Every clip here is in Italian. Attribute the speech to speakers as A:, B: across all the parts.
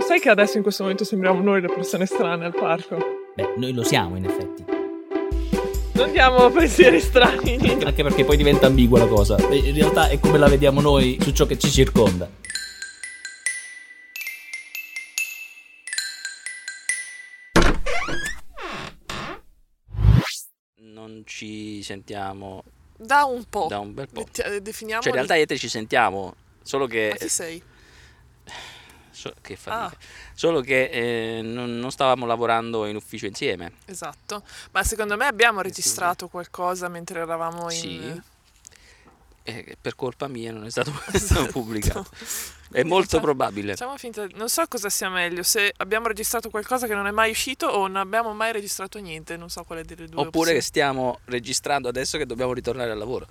A: sai che adesso in questo momento sembriamo noi le persone strane al parco?
B: Beh, noi lo siamo in effetti.
A: Non diamo pensieri strani.
B: Anche perché poi diventa ambigua la cosa. E In realtà è come la vediamo noi su ciò che ci circonda.
C: Non ci sentiamo
D: Da un po'.
C: da un bel po'.
D: Metti- eh, Definiamo.
C: Cioè, in realtà io e te ci sentiamo, solo
D: Ma
C: che.
D: chi Ah. sei?
C: so- che fatica. Solo che eh, non, non stavamo lavorando in ufficio insieme.
D: Esatto. Ma secondo me abbiamo registrato qualcosa mentre eravamo in.
C: Sì. E Eh, per colpa mia non è stato pubblicato. È molto
D: Esatto.
C: probabile.
D: Facciamo finta. Non so cosa sia meglio, se abbiamo registrato qualcosa che non è mai uscito o non abbiamo mai registrato niente, non so quale delle due.
C: Oppure che
D: opzioni.
C: stiamo registrando adesso che dobbiamo ritornare al lavoro.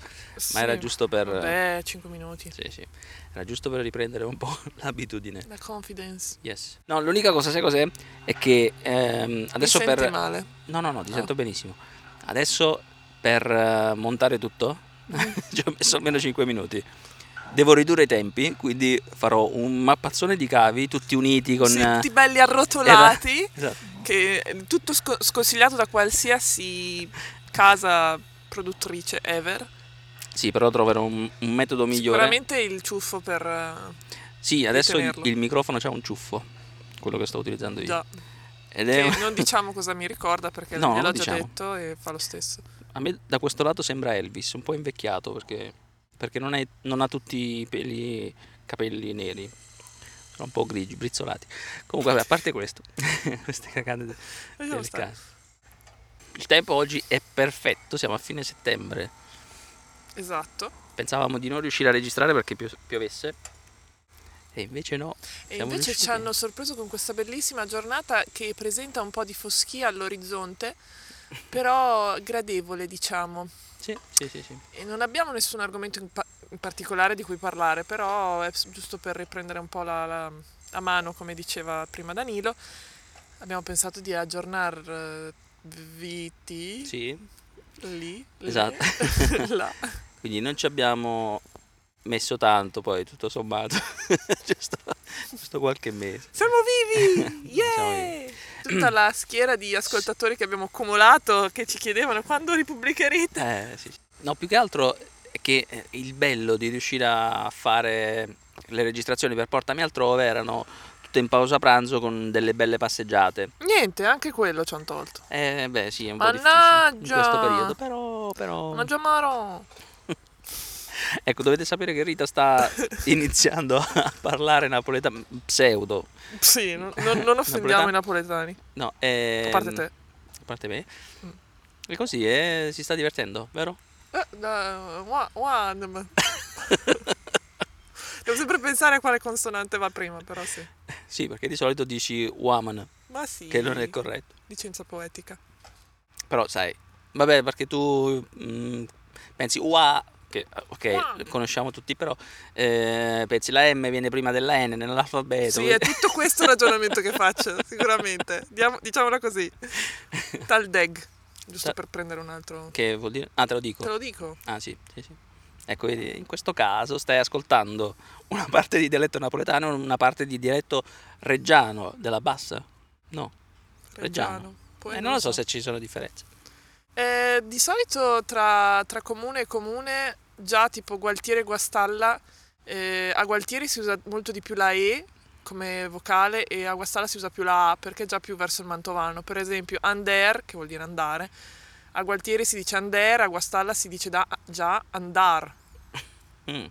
C: Ma era
D: Sì.
C: giusto per.
D: Vabbè, 5 minuti.
C: Sì, sì. Era giusto per riprendere un po' l'abitudine.
D: La confidence.
C: Yes. No, l'unica cosa, sai cos'è? È che ehm, adesso
D: Mi senti
C: per.
D: male.
C: No, no, no, ti
D: Ah.
C: sento benissimo. Adesso per eh, montare tutto
D: Mm.
C: ci ho messo almeno 5 minuti. Devo ridurre i tempi, quindi farò un mappazzone di cavi tutti uniti con...
D: Sì,
C: eh,
D: tutti belli arrotolati,
C: esatto.
D: che è tutto sco- sconsigliato da qualsiasi casa produttrice ever.
C: Sì, però troverò un, un metodo migliore.
D: Sicuramente il ciuffo per... eh,
C: Sì, adesso il,
D: tenerlo.
C: il microfono c'ha un ciuffo, quello che sto utilizzando io.
D: Già,
C: Ed è...
D: che non diciamo cosa mi ricorda perché
C: Eh. No,
D: gliel'ho
C: non
D: già
C: diciamo.
D: detto e fa lo stesso.
C: A me da questo lato sembra Elvis, un po' invecchiato perché, perché non, è- non ha tutti i peli, capelli neri, sono un po' grigi, brizzolati. Comunque, vabbè, a parte questo, queste cagate de-
D: Lasciamo
C: del
D: stare.
C: caso. Il tempo oggi è perfetto, siamo a fine settembre.
D: Esatto.
C: Pensavamo di non riuscire a registrare perché pio- piovesse e invece no.
D: E
C: siamo
D: invece
C: riusciti.
D: ci hanno sorpreso con questa bellissima giornata che presenta un po' di foschia all'orizzonte, però gradevole, diciamo.
C: Sì, sì, sì, sì.
D: E non abbiamo nessun argomento in, pa- in particolare di cui parlare, però è s- giusto per riprendere un po' la, la- la mano, come diceva prima Danilo, abbiamo pensato di aggiornare VT
C: Sì,
D: lì, lì,
C: Esatto.
D: là.
C: Quindi non ci abbiamo messo tanto poi, tutto sommato, giusto, giusto qualche mese.
D: Siamo vivi! Yeah! Tutta la schiera di ascoltatori che abbiamo accumulato che ci chiedevano quando ripubblicherete.
C: Eh, sì. No, più che altro è che eh, il bello di riuscire a fare le registrazioni per Portami altrove erano tutte in pausa pranzo con delle belle passeggiate.
D: Niente, anche quello ci hanno tolto.
C: Eh, beh, sì, è un po' difficile in
D: Mannaggia!
C: questo periodo, però... però-
D: Ma Giamaro!
C: Ecco, dovete sapere che Rita sta iniziando a parlare napoletano pseudo.
D: Sì, non, non- non offendiamo i napoletani.
C: No, ehm,
D: A parte te.
C: A parte me.
D: Mm.
C: E così eh, si sta divertendo, vero?
D: Eh, da- wa- wa- ma- Devo sempre pensare a quale consonante va prima, però sì.
C: Sì, perché di solito dici woman,
D: Ma sì.
C: che non è corretto.
D: Licenza poetica.
C: Però sai, vabbè, perché tu mm, pensi UA, che ok,
D: Ua.
C: conosciamo tutti, però eh, pensi la M viene prima della N nell'alfabeto.
D: Sì,
C: quindi-
D: è tutto questo il ragionamento che faccio, sicuramente. Diamo- diciamola così. Tal deg, giusto
C: Ta-
D: per prendere un altro...
C: Che vuol dire? Ah, te lo dico.
D: Te lo dico.
C: Ah, sì, sì, sì. Ecco, vedi, in questo caso stai ascoltando una parte di dialetto napoletano e una parte di dialetto reggiano della bassa. No, Reggiano.
D: Poi
C: Eh, non lo so se ci sono differenze.
D: Eh, di solito tra, tra comune e comune, già tipo Gualtieri e Guastalla, eh, a Gualtieri si usa molto di più la E come vocale e a Guastalla si usa più la A perché è già più verso il mantovano. Per esempio, ander, che vuol dire andare, a Gualtieri si dice ander, a Guastalla si dice da- già andar.
C: Mm,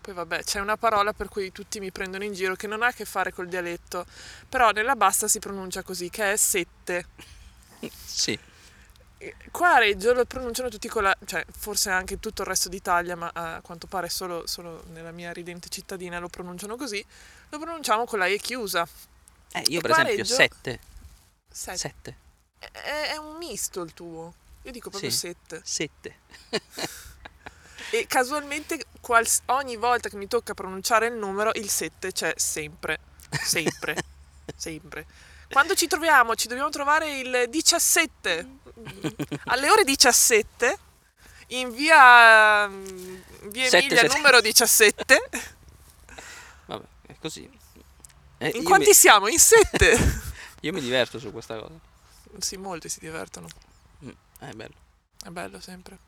D: Poi vabbè, c'è una parola per cui tutti mi prendono in giro che non ha a che fare col dialetto, però nella bassa si pronuncia così, che è sette.
C: sì,
D: Eh, Qua a Reggio lo pronunciano tutti con la... cioè forse anche in tutto il resto d'Italia, ma a quanto pare solo, solo nella mia ridente cittadina lo pronunciano così, lo pronunciamo con la E chiusa.
C: eh, io
D: E
C: per
D: qua
C: esempio
D: Reggio-
C: 7,
D: Sette.
C: 7,
D: È, è un misto il tuo. Io dico proprio
C: Sì.
D: sette.
C: 7.
D: E casualmente quals- ogni volta che mi tocca pronunciare il numero, il sette c'è sempre. Sempre. sempre. Quando ci troviamo? Ci dobbiamo trovare il 17. Alle ore 17 in via, in via
C: Sette,
D: Emilia
C: sette.
D: numero 17.
C: Vabbè, è così. Eh,
D: In
C: io,
D: quanti siamo? In sette?
C: mi, io mi diverto su questa cosa.
D: sì, molti si divertono.
C: Eh, È bello.
D: È bello sempre.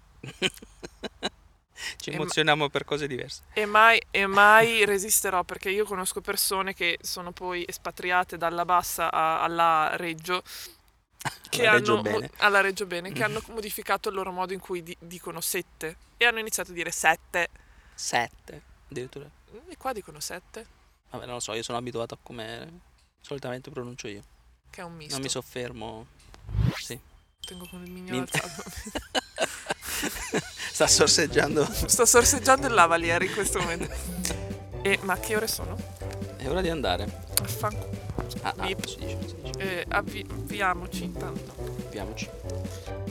C: Ci
D: E ma-
C: emozioniamo per cose diverse.
D: E mai, e mai resisterò perché io conosco persone che sono poi espatriate dalla bassa a- alla Reggio. Che
C: Alla Reggio
D: hanno,
C: bene.
D: alla Reggio Bene, che hanno modificato il loro modo in cui di- dicono sette e hanno iniziato a dire sette.
C: Sette, addirittura.
D: E qua dicono sette,
C: Vabbè, non lo so, io sono abituato a come solitamente pronuncio io.
D: che è un misto.
C: Non mi soffermo. Sì.
D: Tengo con il
C: Mi-
D: mignolo alzato.
C: Sta sorseggiando.
D: Sto sorseggiando il lavaliere in questo momento. E, ma che ore sono?
C: È ora di andare.
D: Affanculo.
C: Ah, ah,
D: Bip.
C: si dice, si dice.
D: Eh, avvi- avviamoci intanto.
C: Avviamoci.